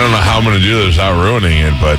don't know how I'm going to do this without ruining it, but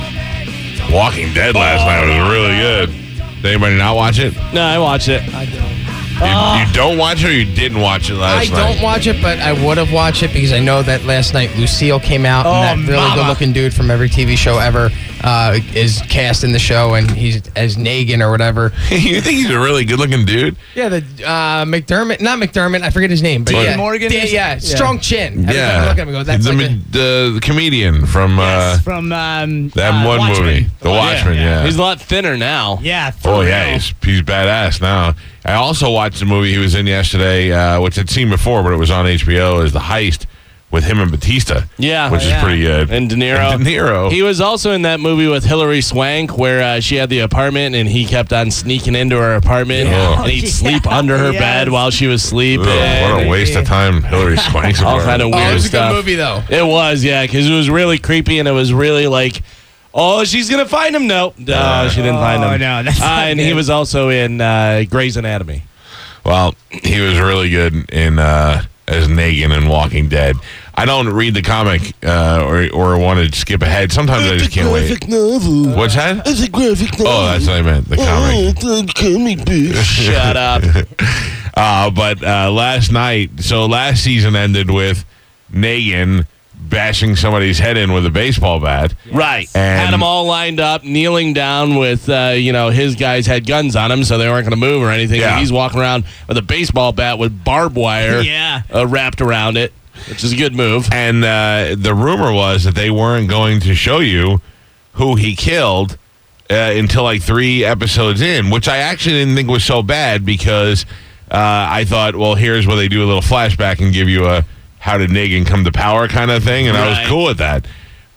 Walking Dead last night was really good. Did anybody not watch it? You, No, I watched it. I don't. you don't watch it or you didn't watch it I last night? don't watch it, but I would have watched it because I know that last night Lucille came out Oh, and that really mama. good-looking dude from every TV show ever uh, is cast in the show, and he's as Negan or whatever. you think he's a really good looking dude? Yeah, the uh, McDermott, not McDermott, I forget his name, but Morgan. yeah, Morgan Yeah, is- yeah, yeah. strong chin. Every time I yeah. look at him, I go, that's the, like a- the, the comedian from uh, from um, that uh, one Watchmen. movie, The Watchmen, yeah. He's a lot thinner now. Yeah. for Oh real. yeah, he's, he's badass now. I also watched the movie he was in yesterday, uh, which I'd seen before, but it was on HBO. Is the heist with him and Batista? Yeah. which Yeah. is pretty good. And De Niro. De Niro. He was also in that movie with Hilary Swank where uh, she had the apartment and he kept on sneaking into her apartment Yeah. and he'd Oh, sleep yeah. under her Yes. bed while she was Ugh, sleeping. what a waste of time, Hillary Swank's. all kind of Oh, weird it was a stuff. good movie though. It was, yeah, because it was really creepy and it was really like, oh, she's gonna find him. Nope, no, she didn't find Oh, him. no, that's uh, not and he good. was also in uh, Grey's Anatomy. Well, he was really good in uh, as Negan in Walking Dead. I don't read the comic uh, or or want to skip ahead. Sometimes I just can't wait. novel. What's that? It's a graphic novel. Oh, Oh, that's what I meant. The comic. Shut up. Uh, but uh, last night, so last season ended with Negan bashing somebody's head in with a baseball bat. Right. And- Had them all lined up, kneeling down with, uh, you know, his guys had guns on him, so they weren't going to move or anything. Yeah. And he's walking around with a baseball bat with barbed wire Yeah. uh, wrapped around it, which is a good move. And uh, the rumor was that they weren't going to show you who he killed uh, until like three episodes in, which I actually didn't think was so bad because uh, I thought, well, here's where they do a little flashback and give you a how did Negan come to power kind of thing, and I Right. was cool with that.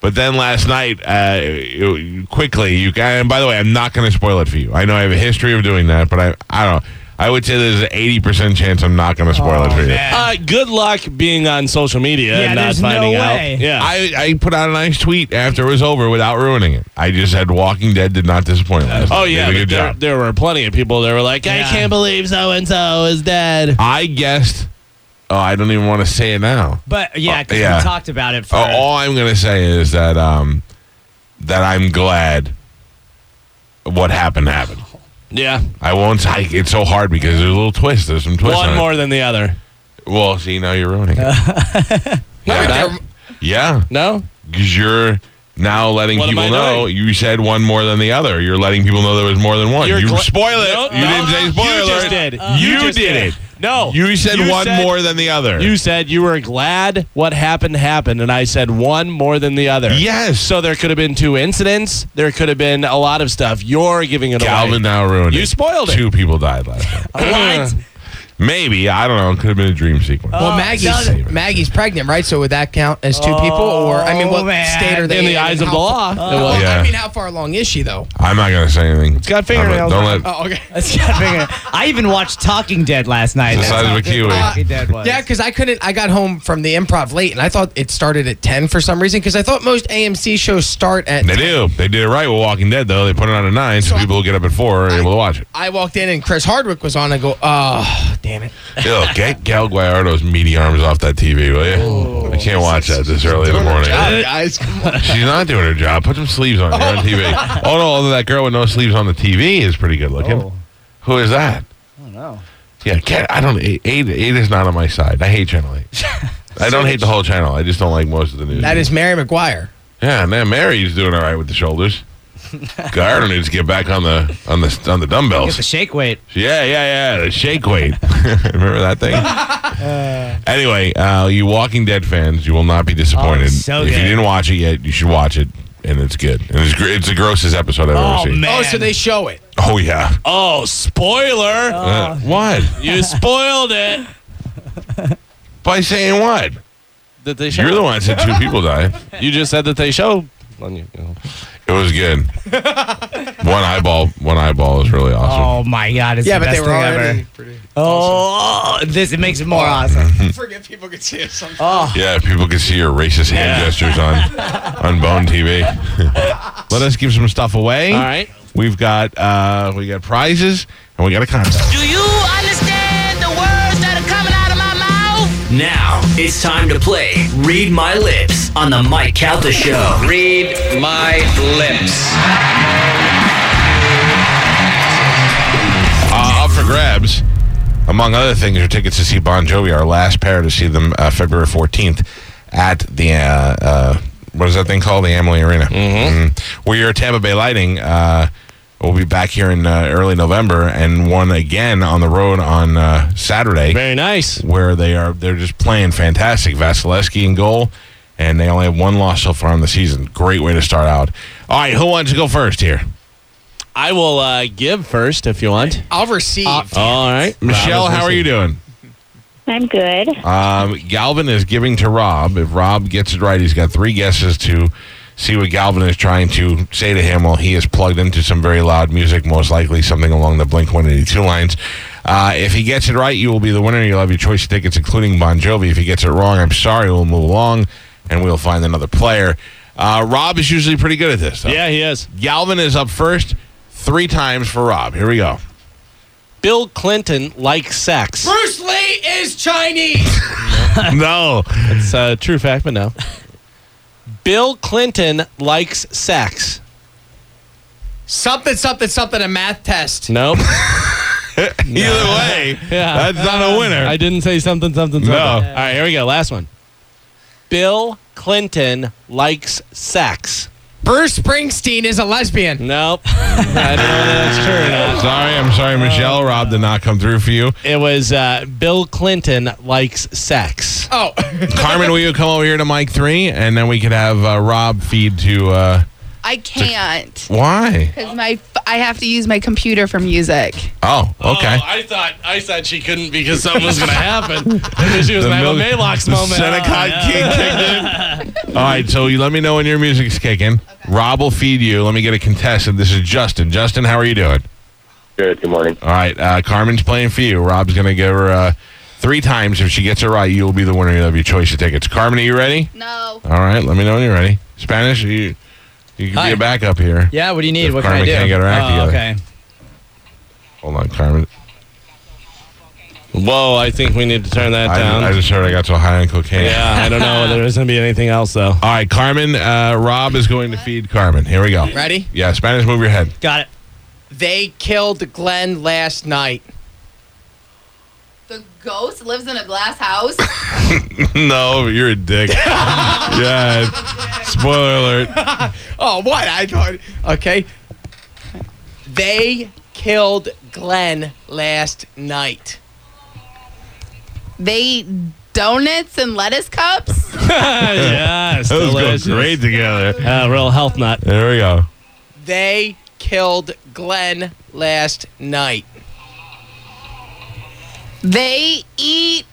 But then last night, uh, it- quickly, you guys, and by the way, I'm not going to spoil it for you. I know I have a history of doing that, but I, I don't. I would say there's an 80% chance I'm not going to spoil it for you. man. Uh, good luck being on social media Yeah, and not there's no finding out. way. Yeah. I, I put out a nice tweet after it was over without ruining it. I just said Walking Dead did not disappoint last night. oh They yeah, did a but good there, job. there were plenty of people that were like, I Yeah. can't believe so and so is dead. I guessed. Oh, I don't even want to say it now. But yeah, 'cause Uh, yeah. we talked about it for. Oh, all I'm gonna say is that um, that I'm glad what happened happened. Yeah, I won't. I, it's so hard because there's a little twist. There's some twist. on one it. more than the other. Well, see now you're ruining it. No, That- yeah, no, because you're. Now letting What am people I know doing? you said one more than the other. You're letting people know there was more than one. You're you gla- spoil it. Nope, you no, didn't say you spoiler. just did. You, You just did, did. it. No, You said you one said- more than the other. You said you were glad what happened happened, and I said one more than the other. yes. So there could have been two incidents. There could have been a lot of stuff. You're giving it Calvin away. now ruined it. You spoiled it. Two people died last night. What? Maybe. I don't know. It could have been a dream sequence. Well, Oh, Maggie's doesn't- Maggie's pregnant, right? So would that count as two people, or I mean, what Oh, man. state are they In the and eyes of how the far- law, it Well, was. Yeah. I mean, how far along is she though? I'm not going to say anything. It's got fingernails Don't let. on Oh, okay. Let's get bigger. I even watched Talking Dead last night. It's the That's size how of a big kiwi. Talking Dead was. Yeah, because I couldn't. I got home from the improv late, and I thought it started at ten for some reason. Because I thought most AMC shows start at. They do. They did it right with Walking Dead, though. They put it on at 9, so, people who get up at 4 are able to watch it. I walked in and Chris Hardwick was on. I go, oh, damn it! Yo, get Gal Guayardo's meaty arms off that TV, will you? I can't watch that this early in the morning. God, guys, come on. She's not doing her job. Put some sleeves on. You're on TV. Oh no, although that girl with no sleeves on the TV is pretty good looking. Oh. Who is that? I don't know. Yeah, cat. I don't. Eight, eight is not on my side. I hate Channel Eight. I don't hate the whole channel. I just don't like most of the news. that is Mary McGuire. Yeah, man. Mary's doing all right with the shoulders. Gardner needs to get back on the on the on the Get the dumbbells. shake weight. Yeah, yeah, yeah. The shake weight. Remember that thing? anyway, uh, you Walking Dead fans, you will not be disappointed. it's Oh, so if you good. didn't watch it yet, you should watch it, and it's good. And it's gr- it's the grossest episode I've Oh ever seen. man. Oh, so they show it. Oh yeah. Oh, spoiler! Uh, what? You spoiled it. By saying what? That they show. You're the one that said two people died. You just said that they show on you. you know. It was good. one eyeball, one eyeball is really awesome. Oh my god. It's Yeah, the but best they were thing already. ever. Oh, this it makes it more awesome. I forget people could see it sometimes. Oh. Yeah, if people could see your racist hand gestures on on Bone TV. Let us give some stuff away. All right. We've got uh we got prizes and we got a contest. Do you understand the words that are coming out of my mouth? Now it's time to play Read My Lips on the Mike Calta Show. Read my lips. Uh, up for grabs, among other things, are tickets to see Bon Jovi, our last pair to see them uh, February 14th at the, uh, uh, what is that thing called? The Amalie Arena. Mm-hmm. We're here at Tampa Bay Lighting. Uh, we'll be back here in uh, early November and one again on the road on uh, Saturday Very nice. where they are they're just playing fantastic. Vasilevsky in goal, and they only have one loss so far on the season. Great way to start out. All right, who wants to go first here? I will uh, give first if you want. I'll receive. All right. Michelle, Rob is how are you listening. doing? I'm good. Um, Galvin is giving to Rob. If Rob gets it right, he's got three guesses to see what Galvin is trying to say to him while he is plugged into some very loud music, most likely something along the Blink 182 lines. Uh, if he gets it right, you will be the winner. You'll have your choice of tickets, including Bon Jovi. If he gets it wrong, I'm sorry. We'll move along and we'll find another player. Uh, Rob is usually pretty good at this. Though. Yeah, he is. Galvin is up first three times for Rob. Here we go. Bill Clinton likes sex. Bruce Lee is Chinese. no. It's a true fact, but no. Bill Clinton likes sex. something, something, something. A math test. Nope. Either way, Yeah. that's not a winner. I didn't say something, something, something. No. All right, here we go. Last one. Bill Clinton likes sex. Bruce Springsteen is a lesbian. Nope. I don't know if that's true or not. Sorry, I'm sorry, Uh, Michelle. Rob did not come through for you. It was uh, Bill Clinton likes sex. Oh, Carmen, will you come over here to mic three, and then we could have uh, Rob feed to. Uh, I can't why? because my I have to use my computer for music. Oh, okay. I thought I thought she couldn't because something was going to happen. she was going to have a Maylocks the moment. Oh, Seneca King kicked in. All right, so you let me know when your music's kicking. Rob will feed you. Let me get a contestant. This is Justin. Justin, how are you doing? Good. Good morning. All right, uh, Carmen's playing for you. Rob's going to give her uh, three times. If she gets it right, you'll be the winner. You'll have your choice of tickets. Carmen, are you ready? No. All right, let me know when you're ready. Spanish, you, you can Hi. be a backup here. Yeah, what do you need? If what can I Carmen do? can't get her act oh, together. okay. Hold on, Carmen. Whoa, I think we need to turn that down. I, I just heard I got so high on cocaine. yeah, I don't know whether there's going to be anything else, though. All right, Carmen. Uh, Rob is going to feed Carmen. Here we go. ready? Yeah, Spanish, move your head. Got it. They killed Glenn last night. The ghost lives in a glass house. no, you're a dick. yeah. Spoiler alert. Oh, what? I thought. Okay. They killed Glenn last night. they eat donuts and lettuce cups. yes, Those delicious. go great together. Uh, real health nut. There we go. They killed Glenn last night. They eat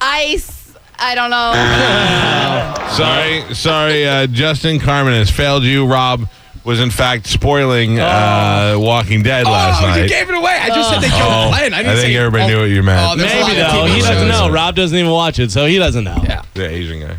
ice. I don't know. Sorry, sorry. Uh, Justin Carmen has failed you. Rob was in fact spoiling uh, Walking Dead last oh, night. you gave it away. I just said they killed Oh, Glenn. I I didn't think say. everybody oh, knew what you meant. Oh, there's a Maybe lot of though people he that doesn't say know. that. Rob doesn't even watch it, so he doesn't know. Yeah. The Asian guy.